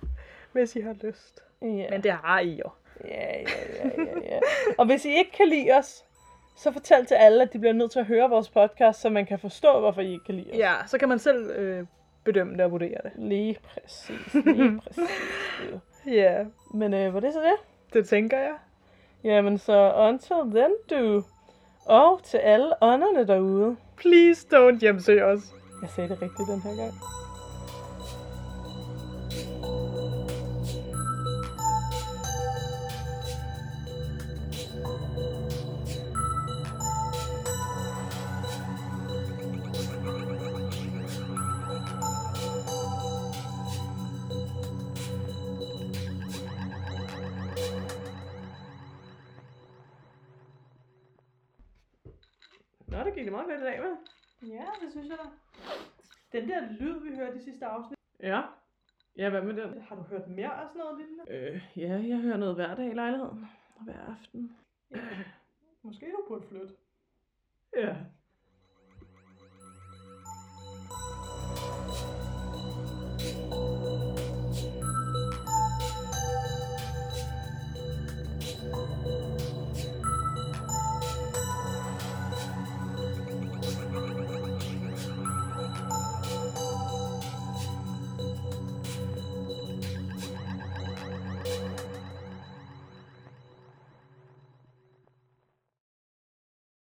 Speaker 2: hvis I har lyst.
Speaker 1: Yeah.
Speaker 2: Men det har I jo.
Speaker 1: Ja, ja, ja, ja, ja. Og hvis I ikke kan lide os, så fortæl til alle, at de bliver nødt til at høre vores podcast, så man kan forstå, hvorfor I ikke kan lide os.
Speaker 2: Ja, så kan man selv øh, bedømme det og vurdere det.
Speaker 1: Lige præcis, lige præcis.
Speaker 2: Ja,
Speaker 1: Men øh, var det så det?
Speaker 2: det tænker jeg.
Speaker 1: Jamen så, until then du. Og til alle ånderne derude.
Speaker 2: Please don't hjemsøge os.
Speaker 1: Jeg sagde det rigtigt den her gang. Nå, det gik det meget godt i dag, hva'? Ja, det synes jeg da. Den der lyd, vi hørte i sidste afsnit. Ja. Ja, hvad med den? Har du hørt mere af sådan noget lignende? Øh, ja, jeg hører noget hver dag i lejligheden. Og hver aften. Ja. Måske du burde flytte. Ja.